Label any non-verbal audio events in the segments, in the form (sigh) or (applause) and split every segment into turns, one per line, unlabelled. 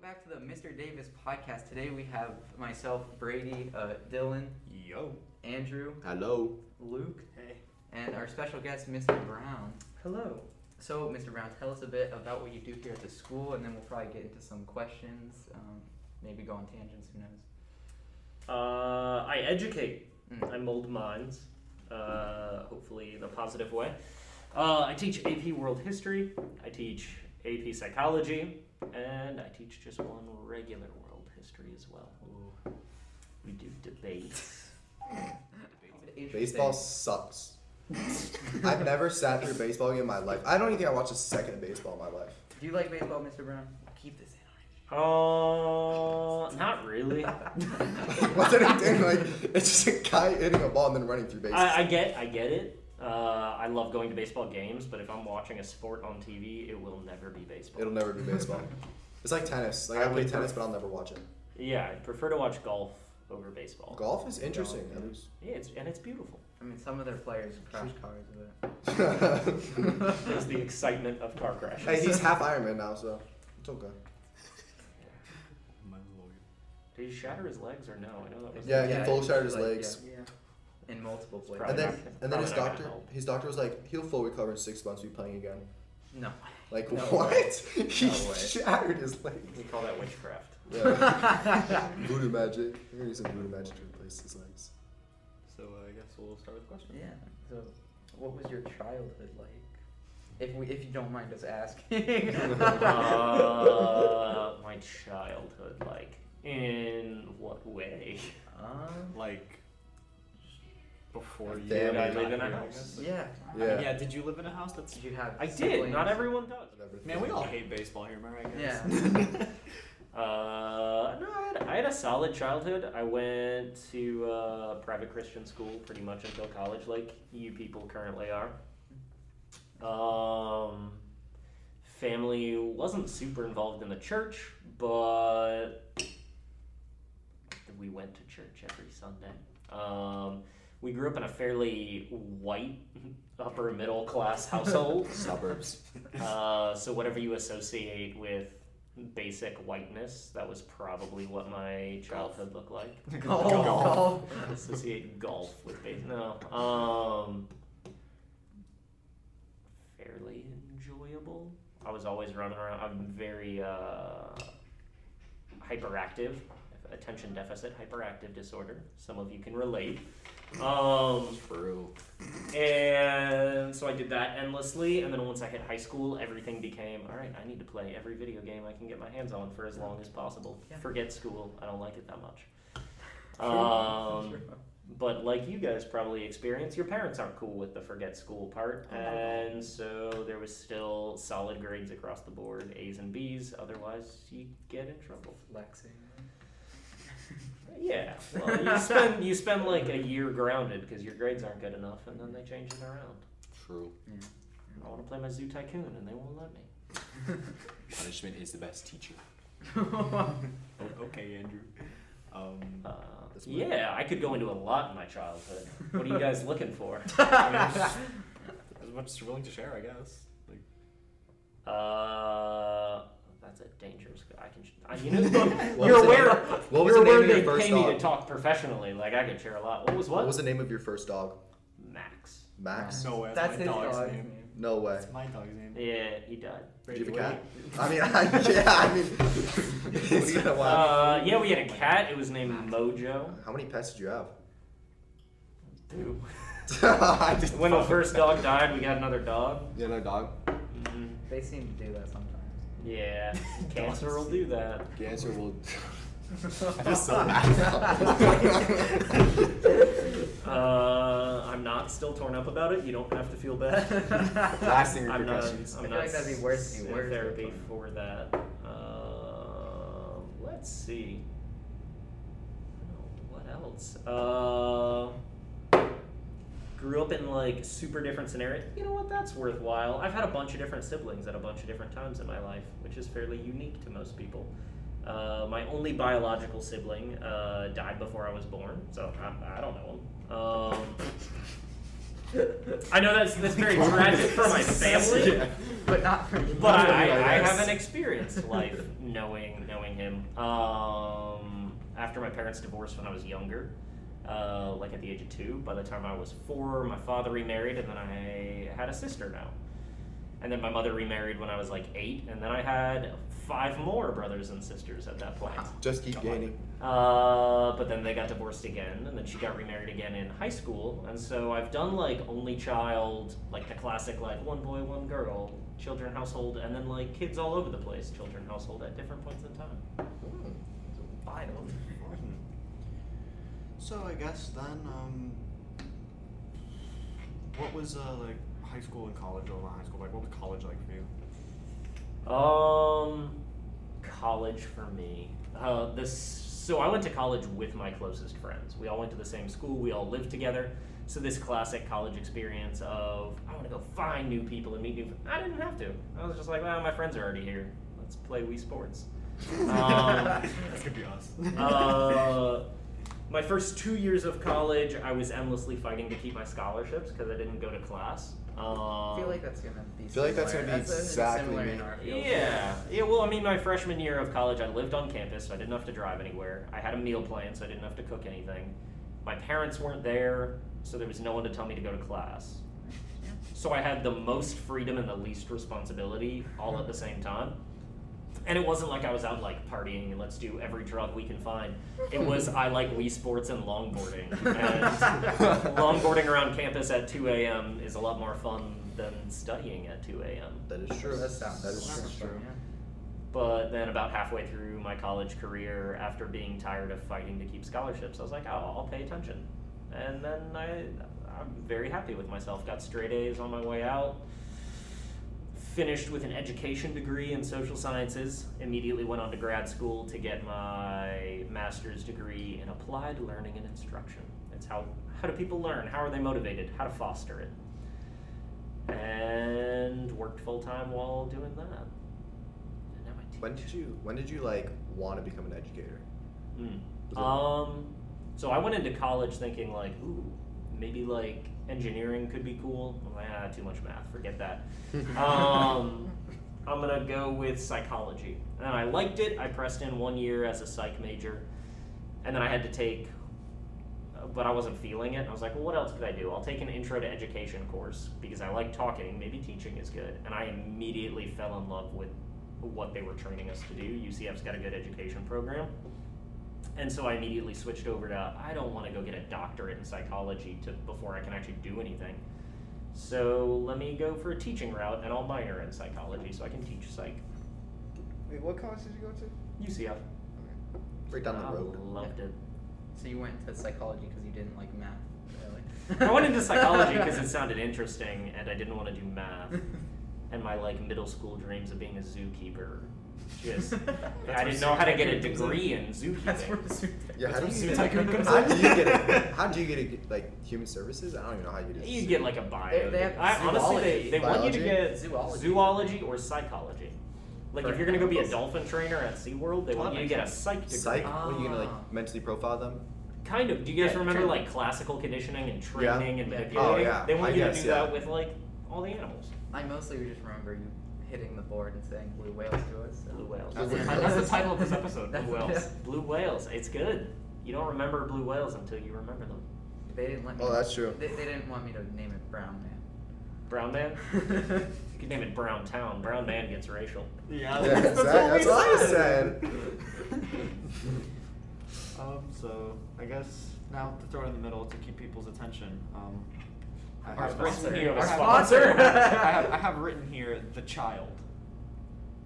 back to the Mr. Davis podcast. Today we have myself, Brady, uh, Dylan,
Yo.
Andrew,
Hello.
Luke,
Hey.
and our special guest, Mr. Brown.
Hello.
So, Mr. Brown, tell us a bit about what you do here at the school, and then we'll probably get into some questions. Um, maybe go on tangents. Who knows?
Uh, I educate.
Mm.
I mold minds, uh, hopefully the positive way. Uh, I teach AP World History. I teach AP Psychology, and I teach just one regular World History as well. We do debates. (laughs)
Interesting.
Baseball sucks. I've never sat through a baseball game in my life. I don't even think I watched a second of baseball in my life.
Do you like baseball, Mr. Brown? Keep this
Uh, not really.
(laughs) What's entertaining? Like it's just a guy hitting a ball and then running through bases.
I, I get, I get it. Uh, I love going to baseball games, but if I'm watching a sport on TV, it will never be baseball.
It'll never be baseball. It's like tennis. Like I,
I
play
would
tennis, but I'll never watch it.
Yeah, I prefer to watch golf over baseball.
Golf is interesting.
Golf,
at
yeah.
least.
Oh, Yeah, it's and it's beautiful.
in. I mean, some of their players crash cars with it.
It's the excitement of car crashes.
(laughs) hey, he's half Ironman now, so it's okay.
My lord.
Did he shatter his legs or no? I know that was.
Yeah,
Yeah,
he full
he
shattered his
like-
legs,
In multiple places.
and
Probably
then
not gonna-
and then his
probably not gonna
doctor
help.
his doctor was like, he'll full recover in six months. Be playing again.
No.
Like
No
(laughs) what?
way.
he
No way.
shattered his legs.
(laughs) We call that witchcraft.
Yeah. voodoo magic. We're gonna use some voodoo magic to replace his legs.
So uh, I guess we'll start with questions.
Yeah. So, what was your childhood like? If we, if you don't mind
(laughs)
us asking.
uh, my childhood, like in what way?
Um,
Like before
Like
you
damn,
got
I live
here,
in a
I
house.
guess?
yeah.
Yeah.
yeah. Did you live in a house? That's
Did you have?
I did.
siblings?
Not everyone does.
Whatever.
man. We all hate baseball here, remember? I guess.
Yeah.
(laughs)
(laughs)
Uh, no, I had, I had a solid childhood. I went to uh, private Christian school pretty much until college, like you people currently are. Um, family wasn't super involved in the church, but we went to church every Sunday. Um, we grew up in a fairly white, upper middle class household.
Suburbs.
Uh, so whatever you associate with basic whiteness, that was probably what my childhood looked like.
Golf.
Golf.
I associate golf with base. No. Um, fairly enjoyable. I was always running around. I'm very uh, hyperactive, attention deficit hyperactive disorder. Some of you can relate. Um,
True.
and so I did that endlessly. And then once I hit high school, everything became all right, I need to play every video game I can get my hands on for as long as possible.
Yeah.
Forget school, I don't like it that
(laughs)
much.
(laughs)
Um, but like you guys probably experience, your parents aren't cool with the forget school part.
Oh, not at all.
And so there was still solid grades across the board A's and B's, otherwise, you get in trouble.
Flexing.
Yeah, well,
(laughs)
you spend you spend like a year grounded because your grades aren't good enough, and then they change it around.
True.
I want to play my Zoo Tycoon, and they won't let me.
Punishment is the best teacher. Oh, okay, Andrew. Um,
(laughs)
Uh,
That's weird.
yeah, I could go into a lot in my childhood. What are you guys
(laughs)
looking for?
as much as you're willing to share, I guess. Like,
Uh, that's a dangerous. I can. I, you know, look,
(laughs) What
you're (laughs)
was the
aware.
name- what was the
you're
name
aware
of your
they
first
pay me to
dog?
talk professionally. Like I could share a lot. What was what?
What was the name of your first dog?
Max.
Max?
No way, that's my
That's his
dog's
dog's
name.
name.
No way.
that's my dog's name.
Yeah, he died.
Did you have a
Brady,
cat?
what
I mean, (laughs) I, yeah, I mean, it's been a while.
Uh, yeah, we had a cat. It was named Mojo.
How many pets did you
(laughs)
have?
Dude.
I just
(laughs) When the first dog died, we got another dog.
You know, dog.
Mhm.
They seem to do that
(laughs)
sometimes.
(laughs)
Yeah, cancer will do that.
The answer will. (laughs)
you- I'm
(laughs)
so
Uh, I'm not still torn up about it. You don't have to feel
(laughs)
bad.
Last thing
I'm not. I'm
repercussions.
feel
not
like that'd be worse if you
in
were
therapy
different.
for that. Uh, let's see. What else? Uh, grew up in like super different scenario. You know what? That's worthwhile. I've had a bunch of different siblings at a bunch of different times in my life, which is fairly unique to most people. Uh, my only biological sibling uh, died before I was born, so I, I don't know him. Um, I know that's that's very tragic
(laughs)
for my family,
(laughs) Yeah.
but not for you.
but I,
Yeah,
(laughs)
I
yes.
haven't experienced life knowing knowing him. Um, after my parents divorced when I was younger, uh, like at the age of two. By the time I was four, my father remarried, and then I had a sister now. And then my mother remarried when I was like eight, and then I had five more brothers and sisters at that point.
Just keep
God.
gaining.
Uh, but then they got divorced again, and then she got remarried again in high school. And so I've done like only child, like the classic, like one boy, one girl, children, household, and then like kids all over the place, children, household at different points in time. Wild.
So I guess then, um, what was uh, like high school and college over high school? Like, what was college like for you?
Um, college for me. Uh, this. So I went to college with my closest friends. We all went to the same school. We all lived together. So this classic college experience of I want to go find new people and meet new. I didn't have to. I was just like, well, my friends are already here. Let's play Wii Sports. Um,
(laughs) That's gonna be us.
(laughs) uh, my first two years of college, I was endlessly fighting to keep my scholarships because I didn't go to class. Um,
I feel like that's gonna be.
feel like that's
similar.
gonna be
a-
exactly
similar
me.
in our field.
Yeah. Yeah, well, I mean, my freshman year of college, I lived on campus, so I didn't have to drive anywhere. I had a meal plan, so I didn't have to cook anything. My parents weren't there, so there was no one to tell me to go to class. So I had the most freedom and the least responsibility all at the same time. And it wasn't like I was out like partying and let's do every drug we can find. It was I like Wii Sports and longboarding.
(laughs)
And longboarding (laughs) around campus at 2 a.m. is a lot more fun than studying at 2 a.m.
That is true.
That sounds.
That is
sounds
true.
fun, yeah.
But then, about halfway through my college career, after being tired of fighting to keep scholarships, I was like, oh, I'll pay attention. And then I, I'm very happy with myself. Got straight A's on my way out. Finished with an education degree in social sciences. Immediately went on to grad school to get my master's degree in applied learning and instruction. It's how how do people learn? How are they motivated? How to foster it? And worked full time while doing that. And now I teach.
When did you when did you like want to become an educator?
Mm.
Was it-
Um, so I went into college thinking like, ooh, maybe like engineering could be cool. I'm like, ah, too much math, forget that. (laughs) um, I'm gonna go with psychology, and I liked it. I pressed in one year as a psych major, and then I had to take, uh, but I wasn't feeling it. I was like, well, what else could I do? I'll take an intro to education course because I like talking. Maybe teaching is good, and I immediately fell in love with what they were training us to do. UCF's got a good education program. And so I immediately switched over to I don't want to go get a doctorate in psychology to before I can actually do anything. So let me go for a teaching route and I'll minor in psychology so I can teach psych.
Wait, what college did you go to?
UCF.
Right down the
I
road.
(laughs)
Loved it.
So you went to psychology because you didn't like math. Really?
I went into psychology because it
(laughs)
sounded interesting and I didn't want to do math. And my like middle school dreams of being a zookeeper.
(laughs)
Just I didn't know how to get a degree in
That's where
zookeeping.
the soup.
Yeah, how do
that's
you
where
get
the soup
it?
comes
(laughs) How
in.
do you get it? How do you get it? Like human services? I don't even know how you get it.
You get like a
They-
bio.
they have
degree. I, honestly,
zoology.
they, they want you to
Biology?
get
Zoology.
zoology or psychology. Like if
For
you're gonna go be a
animals.
dolphin trainer at SeaWorld, they
Oh,
want
that
you
makes
to get a
sense.
psych degree.
Psych? What, you gonna
Ah.
like mentally profile them?
Kind of. Do you guys
Yeah,
remember
true.
like classical conditioning and
Yeah.
training and
Yeah.
manipulating?
Oh, yeah.
They want
I
you to
guess,
do
yeah.
that with like all the animals.
I mostly just remember you hitting the board and saying blue whales to us. So.
Blue whales.
Blue
That's,
whales.
the title
(laughs)
of this episode. Blue
That's-
whales. Blue whales. It's good. You don't remember blue whales until you remember them.
They didn't let me.
Oh, that's true.
They, they didn't want me to name it Brown Man. (laughs)
Brown man. You could name it Brown Town. Brown man gets racial.
Yeah,
Uh,
Yeah,
that's,
exactly. That's what I
um, so I guess now to throw it in the middle to keep people's attention. Um, I
Our
have written
sponsor.
here-
Our
I have-
sponsor.
I have, I have written here the child,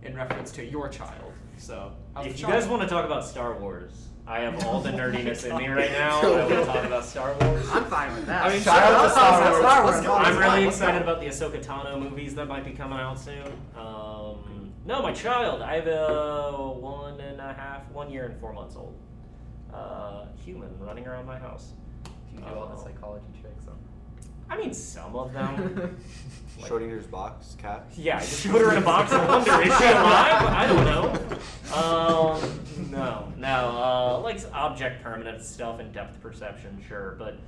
in reference to your child. So how's
If
the
you guys
child?
want to talk about Star Wars, I have all the nerdiness in
(laughs)
me right (laughs) now.
Oh
I
my
want to
God.
talk about Star Wars.
I'm fine with that.
I mean,
Shout out to Star Wars.
Wars.
Let's go.
I'm
fine,
really
let's
excited about the Ahsoka Tano movies that might be coming out soon. Um, no, my child. I have a one and a half, one year and four months old uh, human running around my house.
You do all the
Oh.
psychology tricks on.
I mean, some
(laughs)
of them.
(laughs)
Like-
Schrodinger's box cat.
Yeah, I just put her in a box and wonder is she alive? I don't know. Um, no, no. Uh, like object permanent stuff and depth perception, sure, but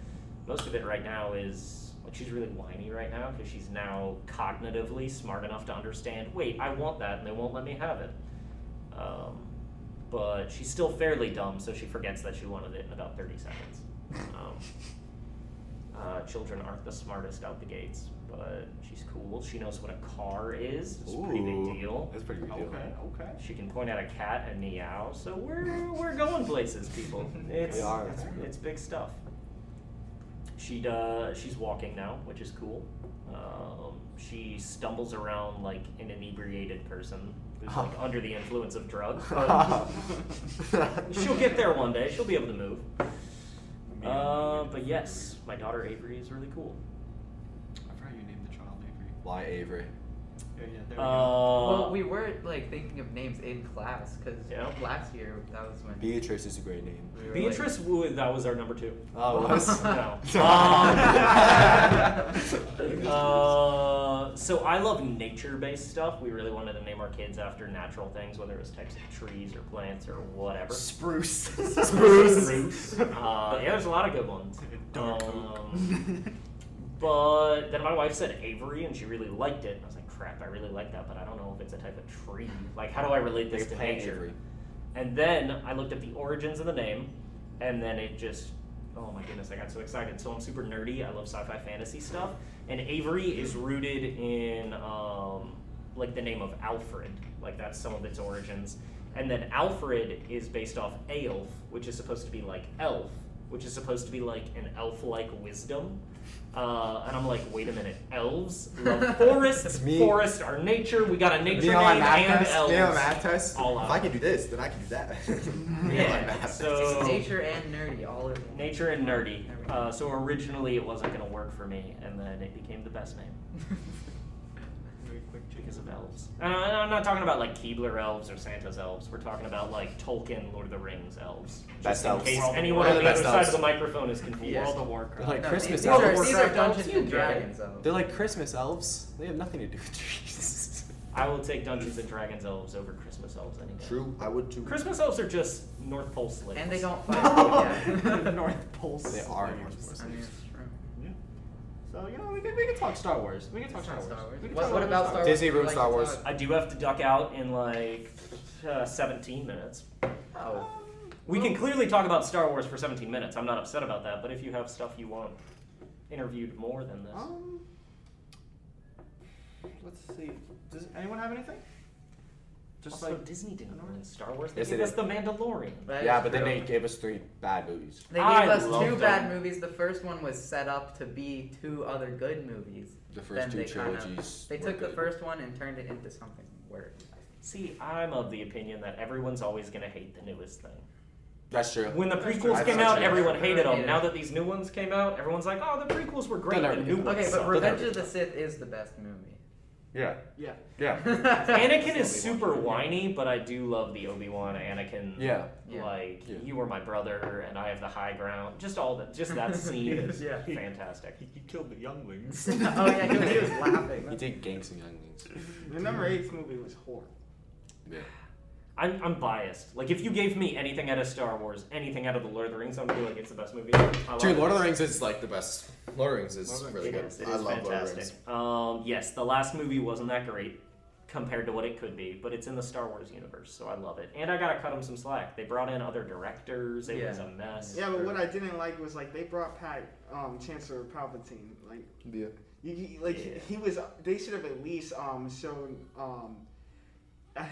most of it right now is But she's really whiny right now because she's now cognitively smart enough to understand wait, I want that and they won't let me have it. Um, but she's still fairly dumb, so she forgets that she wanted it in about 30 seconds. Um,
(laughs)
uh, children aren't the smartest out the gates, but she's cool. She knows what a car is, it's a pretty
Ooh,
big deal.
That's a pretty big deal.
Okay, okay.
She can point at a cat and meow, so we're we're going places, people.
(laughs)
It's
We are.
it's, it's big stuff. She uh, she's walking now, which is cool. Um, she stumbles around like an inebriated person who's
(laughs)
like under the influence of drugs. but
(laughs)
she'll get there one day. She'll be able to move. Uh, but yes, my daughter Avery is really cool.
I forgot you named the child Avery. Oh,
Why Avery?
Yeah, yeah, there we go.
Uh,
well, we were like thinking of names in class because
Yeah.
last year that was when
Beatrice is a great name.
we were, like-
Beatrice Wu. That was our number two. Um,
Oh, it was.
(laughs) No.
(laughs)
Uh, so I love nature-based stuff. We really wanted to name our kids after natural things, whether it was types of trees or plants or whatever.
Spruce.
Uh,
(laughs)
Spruce. Uh, yeah, there's a lot of good ones.
Dark oak.
Um, but then my wife said Avery, and she really liked it. And I was like, crap, I really like that, but I don't know if it's a type of tree. Like, how do I relate this
Like a
to
plant
nature?
Avery.
And then I looked up the origins of the name, and then it just, oh my goodness, I got so excited. So I'm super nerdy. I love sci-fi fantasy stuff, and Avery is rooted in um, like the name of Alfred. Like that's some of its origins. And then Alfred is based off Aelf, which is supposed to be like elf, which is supposed to be like an elf-like wisdom. Uh, and I'm like, wait a minute, elves love
(laughs)
forests.
It's me.
forests are nature. We got a nature
you know my
name
math
and
test?
elves.
You know my math test?
All
if
out.
I can do this, then I can do that. (laughs)
Yeah, so-
nature and nerdy all in one. (laughs)
Nature and nerdy. Uh, so originally it wasn't going to work for me, and then it became the best name
(laughs) Very quick chicken.
because of elves. And I- and I'm not talking about like Keebler elves or Santa's elves. We're talking about like Tolkien, Lord of the Rings elves.
Best
Just in
elves.
case
World of
anyone
War-
on the
Best
other side
elves.
of the microphone is confused.
World of Warcraft.
Like
No,
Christmas
these are,
elves.
these are
Warcraft
Dungeons and
elves, you get it.
Dragons elves.
They're like Christmas elves. They have nothing to do with trees.
I will take Dungeons and Dragons elves over Christmas elves any day.
True, I would too.
Christmas elves are just North Pole slaves.
and they don't fight.
The
Yeah.
North Pole.
They are
slaves.
North Pole
I mean, it's true.
Yeah. So you know we can, we can talk Star Wars. We can talk
It's
Star
not
Wars.
Star Wars.
We can
What,
talk
what about Star Wars?
Disney
You
ruined
like
Star
to
Wars.
talk?
I do have to duck out in like uh, 17 minutes.
Um,
Oh.
We can clearly talk about Star Wars for 17 minutes. I'm not upset about that, but if you have stuff you want interviewed more than this.
Um. Let's see. Does anyone have anything? Just
also,
like
Disney didn't ruin Star Wars. They
Yes, they
gave us The
did.
Mandalorian.
That
yeah,
is
but then
true.
they gave us three bad movies.
They gave
I
us
love
two
them.
bad movies. The first one was set up to be two other good movies.
The
Then
first two
they kinda-
trilogies.
They
were
took the
good.
first one and turned it into something worse.
See, I'm of the opinion that everyone's always going to hate the newest thing.
That's true.
When the prequels
That's
came
true.
out,
Everyone
everyone hated them.
hated
Now
it.
that these new ones came out, everyone's like, oh, the prequels were great.
They're
The
never
new
good.
ones
Okay, but
suck.
Revenge
They're-
of the Sith is the best movie.
Yeah.
(laughs)
yeah.
Yeah.
(laughs) Anakin is
Obi-Wan.
super whiny, but I do love the Obi Wan Anakin.
Yeah.
Yeah.
Like
Yeah.
you were my brother, and I have the high ground. Just all that. Just that scene is
Yeah.
fantastic.
He killed the younglings.
oh yeah, he was, he was laughing.
(laughs) He did gangs and younglings.
The number eight movie was horrible.
Yeah.
I'm, I'm biased. Like, if you gave me anything out of Star Wars, anything out of The Lord of the Rings, I'm gonna be like, it's the best movie. ever. I love
Dude, Lord
it.
of the Rings is like the best. Lord of the Rings is
Lord of the
really
It
good.
is. It
I
is
love Lord of the Rings.
fantastic. Um, yes, the last movie wasn't that great compared to what it could be, but it's in the Star Wars universe, so I love it. And I gotta cut them some slack. They brought in other directors. It
Yeah.
was a mess.
Yeah, but what I didn't like was like they brought back um, Chancellor Palpatine. Like,
Yeah.
you, you- like
Yeah.
he was. They should have at least um, shown um,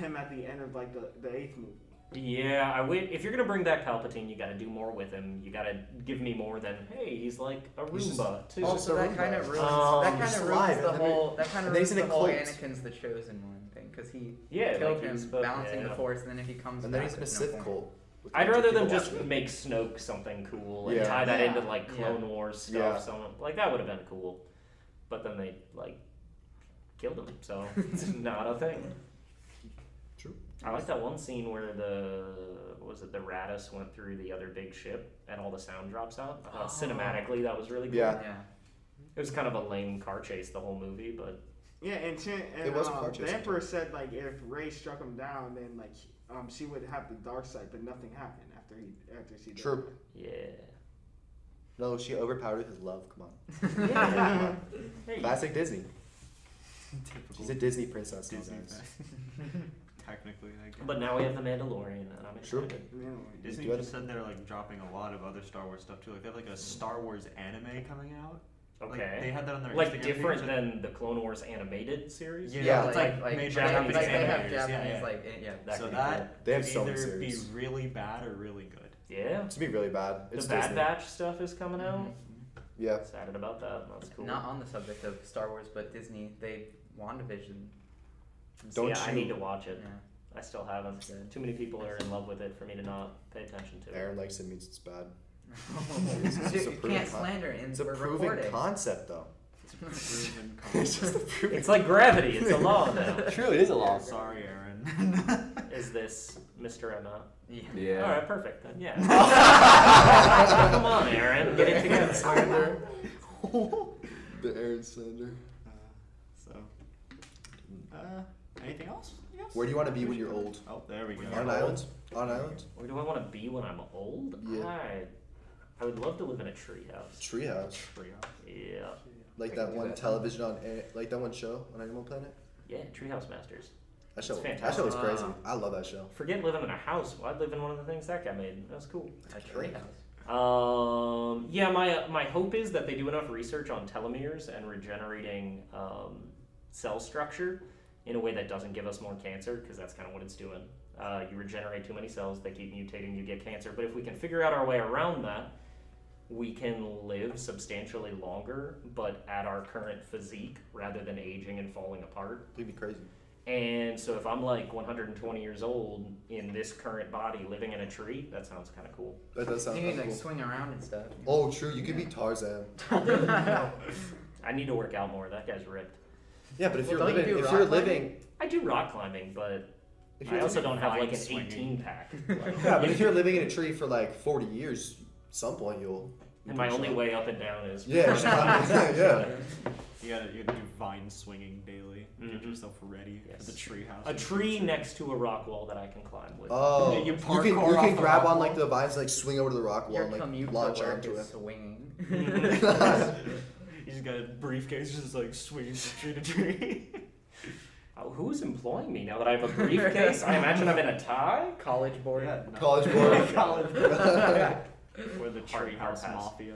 him at the end of like the, the eighth movie.
Yeah, I would. If you're gonna bring back Palpatine, you gotta do more with him. You gotta give me more than hey, he's like a
He's just-
Roomba too.
Also,
a
that
room
kind
guy.
of ruins
Um,
that kind
He's
of
alive,
ruins the
and then we-
whole that kind of
and then
ruins
he's in
the
a
whole
cult.
Anakin's the chosen one thing because he
yeah,
killed
like he's
him
but-
balancing
yeah.
the force, and then if he comes
And then
back,
he's in a
there's
Sith
no point.
cult. with a
I'd
bunch of
rather them
people
just
watching.
make Snoke something cool and
Yeah.
tie that
Yeah.
into like Clone Wars stuff.
Yeah.
Some, like that would have been cool, but then they like killed him, so
(laughs)
it's not a thing.
True.
I like that one scene where the what was it the Radis went through the other big ship and all the sound drops out. I thought
Oh.
cinematically that was really cool.
Yeah.
Yeah.
It was kind of a lame car chase the whole movie, but
Yeah, and, Chan- and
It was a
um,
car chase.
the Emperor said like if Ray struck him down, then like um, she would have the dark side, but nothing happened after he after she. died.
True.
yeah.
No, she overpowered his love. Come on.
Yeah. (laughs) Hey,
Classic Disney.
Typical
She's a Disney princess.
Disney
sometimes.
(laughs)
fan. Technically, I guess.
But now we have the Mandalorian, and I'm
True.
excited.
Mandalorian.
Disney
Do I-
just said they're like dropping a lot of other Star Wars stuff too. Like they have like
Mm-hmm.
a Star Wars anime coming out. Like, they
Okay.
had that on their
Like,
Instagram
different
page.
than the Clone Wars animated series.
Yeah,
Yeah,
it's
like-
like,
like
made by
Like,
Japanese
Japanese
like they have
animators.
Japanese,
yeah, yeah.
like, eh, yeah.
That
so
could be cool.
that
They have
could
so many
either be
series.
really bad or really good.
(laughs) yeah.
To be really bad.
The
It's
Bad
Disney.
Batch stuff is coming out.
Yeah.
Excited about that. That's cool.
Mm-hmm. Not on the subject of Star Wars, but Disney, they WandaVision.
Don't
yeah, I
you-
need to watch
Yeah.
it. (laughs) I still haven't.
It's good.
Too many people are in love with it for me to not pay attention to.
Aaron likes it means it's bad.
Dude,
It's a
you
proven
can't
con-
slander and
It's a
we're
proven
recording. (laughs)
concept,
(laughs)
though. (laughs)
Proven
it's
concept.
just a proven. (laughs)
It's like gravity. It's a law now.
True, it is a
Oh,
law.
sorry, Aaron. (laughs)
Is this Mr. Emma?
yeah.
Yeah.
All right, perfect then.
(laughs)
Yeah. Come on, Aaron. Get
(laughs)
it together.
the Aaron Sander.
Uh, so, uh, anything else? I guess?
Where do you want to be when you're old?
Oh, there we go.
When
On an island. On an island.
Where do I want to be when I'm old?
Yeah.
I, I would love to live in a treehouse.
Treehouse.
Free up.
Yeah.
Like
I
that
can do
one
that.
television on, Ani- like that one show on Animal Planet.
Yeah, Treehouse Masters.
That show.
It's
That show was
fantastic.
crazy. I love that show.
Forget living in a house. Well, I'd live in one of the things that guy made. That's cool.
A treehouse.
Um, yeah, my my hope is that they do enough research on telomeres and regenerating um, cell structure in a way that doesn't give us more cancer, because that's kind of what it's doing. Uh, you regenerate too many cells, they keep mutating, you get cancer. But if we can figure out our way around that, we can live substantially longer, but at our current physique rather than aging and falling apart.
It'd be crazy.
And so if I'm like 120 years old in this current body living in a tree, that sounds kind of cool.
That does sound
You can
kinda
like
cool.
swing around and stuff.
Oh, true. You could be Tarzan.
I need to work out more. That guy's ripped.
Yeah, but if
Well,
you're
don't you
living,
do
if
rock
you're
climbing?
living,
I do rock climbing, but
if
I
you're
also don't have
fine
like an
swinging.
18
(laughs)
pack.
yeah, but if you're living in a tree for like 40 years, some point you'll. you'll
(laughs) And my
be
only
shot.
way up and down is
Yeah, just climbing. yeah.
(laughs) You gotta, you gotta do vine swinging daily. Get
Mhm.
yourself ready for the
Yes.
tree house.
a
(laughs)
tree (laughs) next to a rock wall that I can climb with.
Oh,
You
you,
parkour
can you
off
can
the
grab
rock
on like
wall.
the vines, like swing over to the rock wall,
Your
and
commute
like
to
launch
work
onto
is
it.
swinging.
(laughs)
you just got a briefcase just like swinging from tree to tree.
Oh, who's employing me now that I have a briefcase? I imagine I'm in a tie.
(laughs) College board.
(laughs) no.
College board.
College board. (laughs) Or the
Hard
tree house
house.
mafia.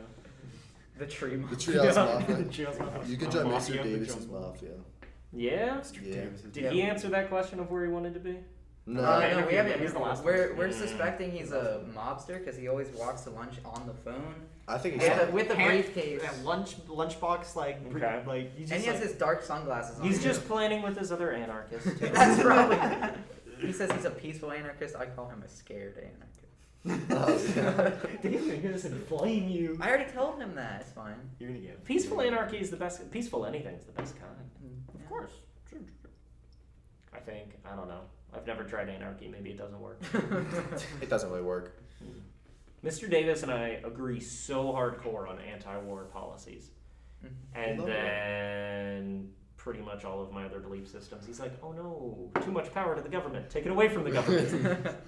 The tree.
The treehouse
the
mafia.
tree house mafia.
You could
The
join
mafia
Mr.
of the
Davis's
jungle.
mafia.
Yeah.
Yeah.
Did he answer that question of where he wanted to be?
No,
Uh,
Okay.
no, we haven't.
He's the last one.
we're we're
Mm.
suspecting he's a mobster because he always walks to lunch on the phone
I
with
think
a,
it's.
with a
Hand-
briefcase,
that lunch lunchbox like pre-
Okay.
like you just
and he has
(laughs)
like,
his dark sunglasses
Oh,
on.
He's just planning with his other anarchist. (laughs)
(laughs) That's probably. He says he's a peaceful anarchist. I call him a scared anarchist.
(laughs) Oh,
David, you're gonna blame you.
I already told him that. It's fine.
You're gonna get
Peaceful anarchy is the best. Peaceful anything is the best kind.
Yeah.
course.
I think. I don't know. I've never tried anarchy. Maybe it doesn't work.
(laughs) It doesn't really work.
Mr. Davis and I agree so hardcore on anti-war policies,
Mhm.
and
Love it.
then pretty much all of my other belief systems. He's like, "Oh no, too much power to the government. Take it away from the government." (laughs)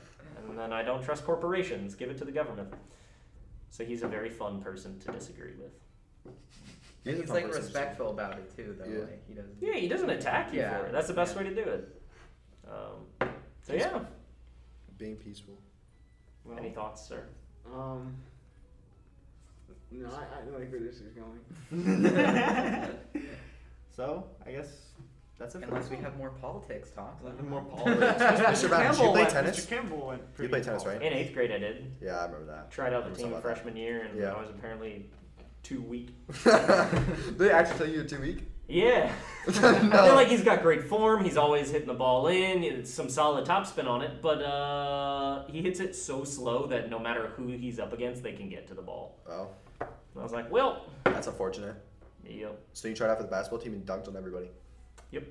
and then I don't trust corporations. Give it to the government. So he's a very fun person to disagree with.
And he's
a fun
like
person.
respectful about it too, though.
Yeah.
Like he doesn't.
Yeah, he doesn't attack you
Yeah.
for it. That's the best
Yeah.
way to do it. Um, so yeah.
Being peaceful.
Well,
Any thoughts, sir?
um, no, I, I don't like where this is going.
(laughs) so I guess that's it.
(laughs)
for
Unless
this
we
one.
(laughs)
have (laughs) more politics talk.
A little more
(laughs)
politics.
Mr. Brown, did you
Campbell
play
went-
tennis?
Mr. Campbell went pretty
play tennis,
well.
right?
In eighth grade, I did.
Yeah, I remember that.
tried out the
Or
team
something like
freshman year, and
Yeah.
I was apparently too weak.
that. (laughs) they actually tell you you're too weak?
Yeah. I feel like he's got great form. He's always hitting the ball in. It's some solid topspin on it, but uh, he hits it so slow that no matter who he's up against, they can get to the ball.
Oh,
And I was like, well,
that's unfortunate.
yep,
So you tried out for the basketball team and dunked on everybody.
Yep.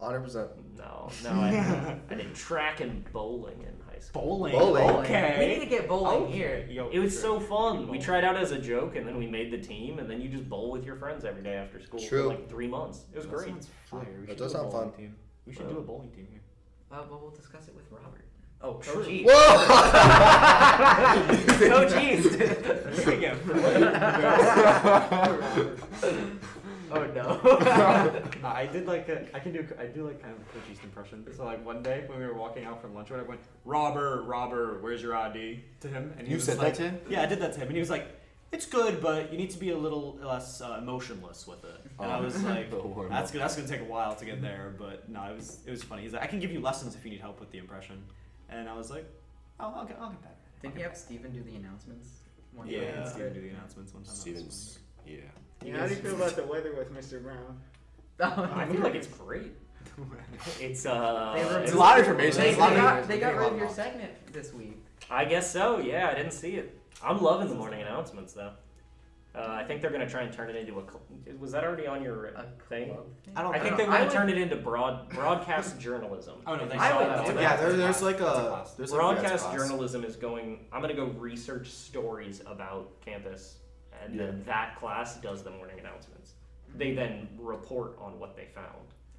100%.
no, no, I, I did track and bowling in high school.
Bowling.
Bowling.
Okay.
We need to get bowling
Okay.
here.
Yo,
It was
sure.
so fun. We tried out as a joke, and then we made the team, and then you just bowl with your friends every day after school
True.
for like three months. It was
That
great.
sounds fire. We
That
should
does
do a
sound
bowling
fun.
Team. We should
Well.
do a bowling team here.
Uh, but we'll discuss it with Robert. Oh,
Sure.
(laughs) Coach E.
Whoa!
Coach East.
(laughs)
(laughs)
Speaking of
Oh
(laughs)
no! I did like a, I can do I do like kind of a Coach East impression. So like one day when we were walking out from lunch, or whatever, I went Robert, Robert, where's your ID to him? And he
You
was
said that
like,
to him?
Yeah, I did that to him, and he was like, "It's good, but you need to be a little less uh, emotionless with it." And I
Oh,
was like,
the warm
"That's
up.
good. That's gonna take a while to get there." But no, it was it was funny. He's like, "I can give you lessons if you need help with the impression," and I was like, "Oh, I'll get I'll get better."
Didn't you have Steven do the announcements? One
Yeah,
day
and
instead?
Steven do
(laughs)
the announcements one time. That was
Steven's. Yeah.
Yeah, how do you feel about the weather with Mr. Brown?
Oh,
I feel like it's great.
(laughs)
It's uh,
They were-
it's-
It's a lot of information.
(laughs) They,
It's
they
a lot of
got,
information.
they got rid of your
Yeah.
segment this week.
I guess so. Yeah, I didn't see it. I'm loving the morning announcements though. Uh, I think they're gonna try and turn it into a. Cl- was that already on your
A
thing?
club thing?
I don't
I think
I
they
don't-
want
Oh, I
to
would-
turn it into broad broadcast journalism.
Oh, no, they
I
saw
would-
that.
it's a
yeah,
class.
there, there's like
It's a
a
class.
there's like, yeah, it's a
broadcast
class.
journalism is going. I'm gonna go research stories about campus, and then that class does the morning announcements. They then report on what they found.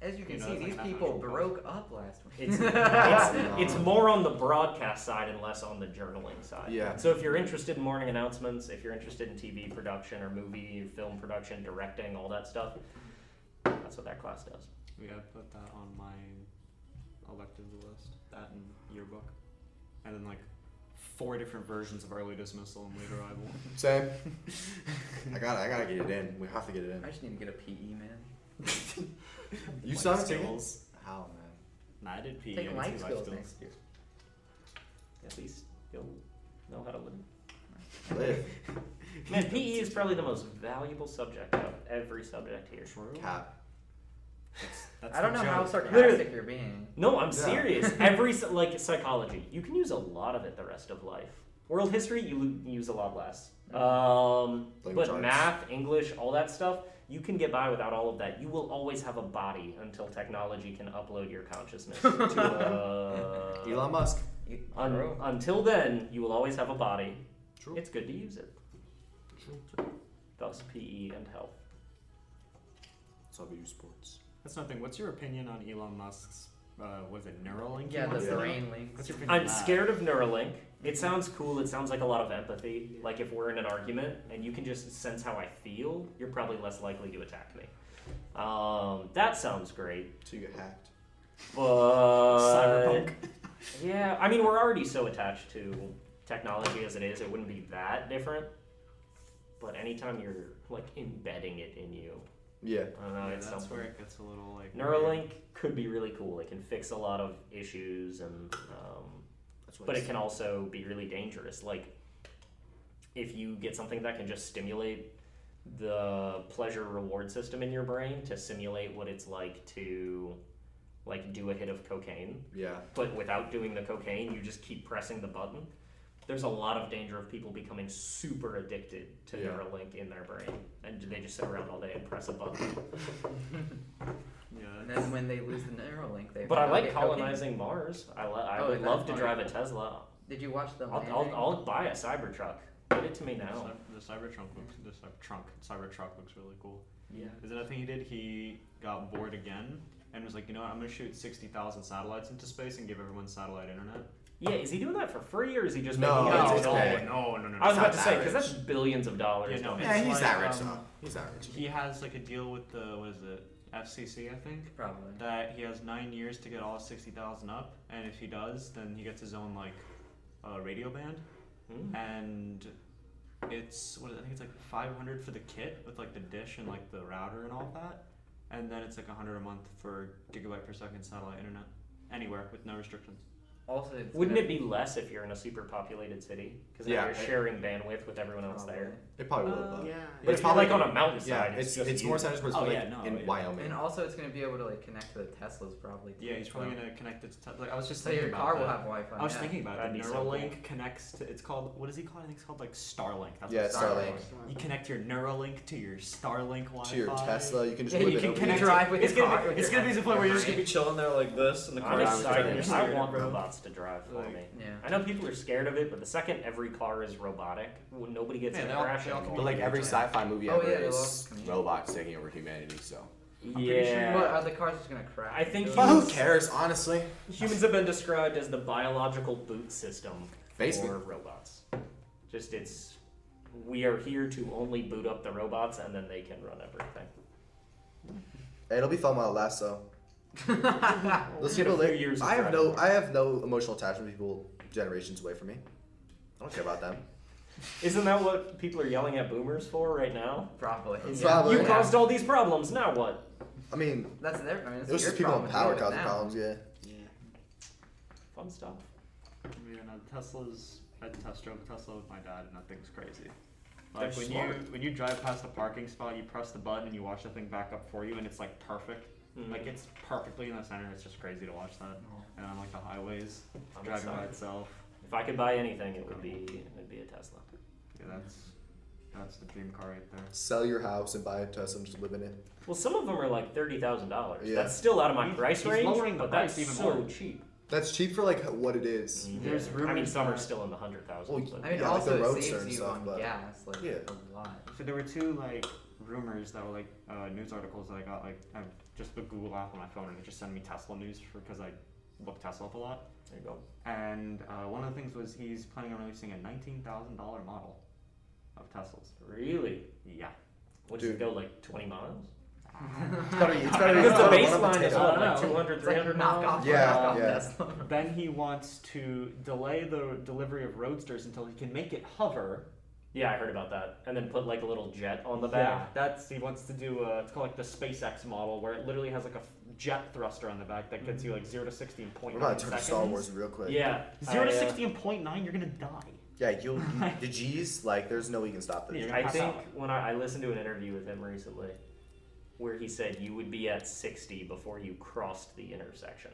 As you can
You know,
see,
it's like
these
not
people
actual
broke up last week. (laughs)
It's, it's, it's more on the broadcast side and less on the journaling side.
Yeah.
So if you're interested in morning announcements, if you're interested in TV production or movie, film production, directing, all that stuff, that's what that class does.
Yeah, I put that on my electives list. That and yearbook. And then like four different versions of early dismissal and late arrival.
Same. I gotta I gotta get it in. We have to get it in.
I just need to get a PE, man.
(laughs) You
Life
still haven't taken it?
skills.
How man?
Nah, I did E PE. I
Take
didn't
life
take
skills next year.
At least you'll know how to live.
Live.
Man, PE is probably the most valuable subject out of every subject here.
True.
Cap.
That's
I don't
the
know how
joke.
sarcastic you're being.
No, I'm
Yeah. (laughs)
serious. Every s- like psychology, you can use a lot of it the rest of life. World history, you lo- use a lot less. Um,
Language
but
arts.
math, English, all that stuff, you can get by without all of that. You will always have a body until technology can upload your consciousness to. Uh,
(laughs) Elon Musk.
You-
un-
bro.
until then, you will always have a body.
True.
It's good to use it. Thus, PE and health.
So I'll be doing sports.
That's nothing. What's your opinion on Elon Musk's uh was it Neuralink? he
yeah, the
wants to do?
brain links.
What's your opinion on
I'm
that?
scared of Neuralink. It sounds cool. It sounds like a lot of empathy. Like if we're in an argument and you can just sense how I feel, you're probably less likely to attack me. Um, that sounds great,
So you get hacked.
but
Cyberpunk. (laughs)
yeah, I mean we're already so attached to technology as it is. It wouldn't be that different. But anytime you're like embedding it in you,
Yeah.
I don't know.
Yeah,
it's
that's
something.
where it gets a little like
Neuralink could be really cool. It can fix a lot of issues and um,
That's what
but
I
it can also be really dangerous. Like, if you get something that can just stimulate the pleasure reward system in your brain to simulate what it's like to like do a hit of cocaine,
said. Yeah.
but without doing the cocaine, you just keep pressing the button. There's a lot of danger of people becoming super addicted to
Yeah.
Neuralink in their brain, and they just sit around all day and press a button.
Yeah.
And then when they lose the neural link, they.
But I
they'll
like
get cocaine.
colonizing Mars. I, li- I
Oh,
would
that's
love to
fun.
drive a Tesla.
Did you watch the
I'll, I'll,
landing?
I'll buy a Cybertruck. Get it to me now.
The cyber trunk looks the cyber trunk cyber truck looks really cool.
Yeah.
Is another thing he did? He got bored again and was like, you know what? I'm gonna shoot sixty thousand satellites into space and give everyone satellite internet.
Yeah, is he doing that for free or is he just
No,
making
it's
it
just
his own?
okay.
no, no, no.
Oh, I was about
no.
not
to
that
say because
rich.
that's billions of dollars.
Yeah, no,
Yeah,
It's
he's
like,
that rich
um,
though. He's that rich.
He has like a deal with the what is it? FCC, I think.
Probably.
That he has nine years to get all sixty thousand up, and if he does, then he gets his own like uh, radio band.
Hmm.
and it's what is it? I think it's like 500 for the kit with like the dish and like the router and all that, and then it's like 100 a month for gigabyte per second satellite internet anywhere with no restrictions.
Also, it's
Wouldn't it
gonna-
be less if you're in a super populated city? Because
Yeah,
you're
I-
sharing bandwidth with everyone else there.
It
Oh,
probably will,
Uh,
but
Yeah.
But
It's
if you're like on
probably-
a mountainside,
yeah,
it's,
it's
just
it's
you.
more centers, but it's
Oh,
like
yeah, no,
in
yeah.
Wyoming.
And also, it's going to be able to like connect to the Teslas probably. Too,
Yeah, he's
so.
probably gonna connect it to. Te- like I was just
So
thinking
your
about
car
that.
will have Wi-Fi.
I was
yeah.
thinking about
That'd
it.
be so
Neuralink
cool.
connects to. It's called. What is it called? I think it's called like Starlink. That's
Yeah,
what it's called.
Starlink.
You connect your Neuralink to your Starlink Wi-Fi.
to your Tesla, you can just
Yeah,
whip
you
it
can
over
connect
your-
drive with
it's
your
gonna
car.
be. It's gonna be to the point where you're just gonna be chilling there like this, and the
I'm
car.
excited. I want
bro.
robots to drive for
Like-
me.
Yeah.
I know people are scared of it, but the second every car is robotic, well, nobody gets
Yeah,
in
they
a
all-
crash
they all
anymore.
can
But like every sci-fi movie
Oh,
ever
yeah, they
is
lost community.
robots taking over humanity, so
Pretty
yeah.
Sure, what, are the cars just gonna crash?
I think
into
you-
it?
who cares, honestly?
Humans have been described as the biological boot system
Facebook.
for robots. Just it's we are here to only boot up the robots and then they can run everything.
Hey, it'll be fun while it lasts, though. Those
We had a
people,
few
they-
years of
I have
driving
no,
there.
I have no emotional attachment to people generations away from me. I don't care about them.
Isn't that what people are yelling at boomers for right now?
Probably.
It's
yeah.
probably-
You
Yeah.
caused all these problems. Now what?
I mean,
That's their. I mean, it's
it was
your
just people
problem
in
to deal
power
with
causing
now.
problems. Yeah.
Fun stuff.
Yeah, no, Tesla's. I test drove a Tesla with my dad, and that thing's crazy.
They're
Like when
smart.
you when you drive past the parking spot, you press the button and you watch the thing back up for you, and it's like perfect. Like it's perfectly in the center. It's just crazy to watch that. And on like the highways,
I'm
driving by
excited.
itself.
If I could buy anything, it would be it would be a Tesla.
Yeah, that's that's the dream car right there.
Sell your house and buy a Tesla and just live in it.
Well, some of them are like thirty thousand dollars.
Yeah.
That's still out of my
He's-
price
he's
range,
lowering the
but
price
that's
even
so
more.
cheap.
That's cheap for like what it
Mm.
is.
There's
I mean,
rumors
some are
that-
still in the hundred thousand.
Well,
I mean,
Yeah, like the
also it
Roadster and
saves you
stuff,
on
but-
gas like
Yeah.
a
(laughs)
lot.
So there were two like rumors that were like uh, news articles that I got like I just the Google app on my phone and it just sent me Tesla news for because I look Tesla up a lot.
There you go.
And uh, one of the things was he's planning on releasing a nineteen thousand dollar model of Teslas.
Really?
Yeah.
What does
Dude.
it go like twenty miles?
It's gotta be, it's gotta be,
Because
it's gotta
the
be one of
baseline is
tail.
what,
I
like
don't know.
200,
It's like
300
knock
miles.
off,
Yeah,
knock off
yeah.
Tesla. (laughs)
Then he wants to delay the delivery of roadsters until he can make it hover.
Yeah, I heard about that. And then put like a little jet on the back.
that's he wants to do. uh it's called like the SpaceX model, where it literally has like a f- jet thruster on the back that gets you like zero to sixty in
We're
point
about
nine
to turn to Star
seconds.
Wars real quick.
Yeah.
Zero to
I, uh,
sixty in point nine, you're gonna die.
Yeah, you'll, the G's, like, there's no way you can stop this.
Yeah.
I
Pass
think
out.
when I, I listened to an interview with him recently, where he said you would be at sixty before you crossed the intersection,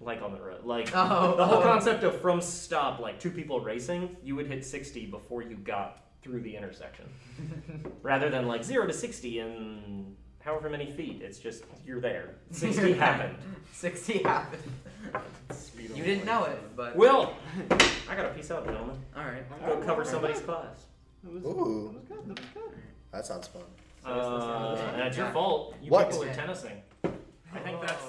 like on the road,
(laughs)
like
Oh,
the whole
oh.
concept of from stop, like two people racing, you would hit sixty before you got through the
(laughs)
intersection, rather than like zero to sixty in however many feet. It's just you're there. Sixty
(laughs)
happened.
60 happened.
Speed
You didn't know it, but
Will, I gotta peace out, gentlemen.
all right.
Go cover somebody's class.
It was,
Ooh.
It was good. It was good.
That sounds fun.
Uh, and it's your fault. You
What?
people are tennising. I think that's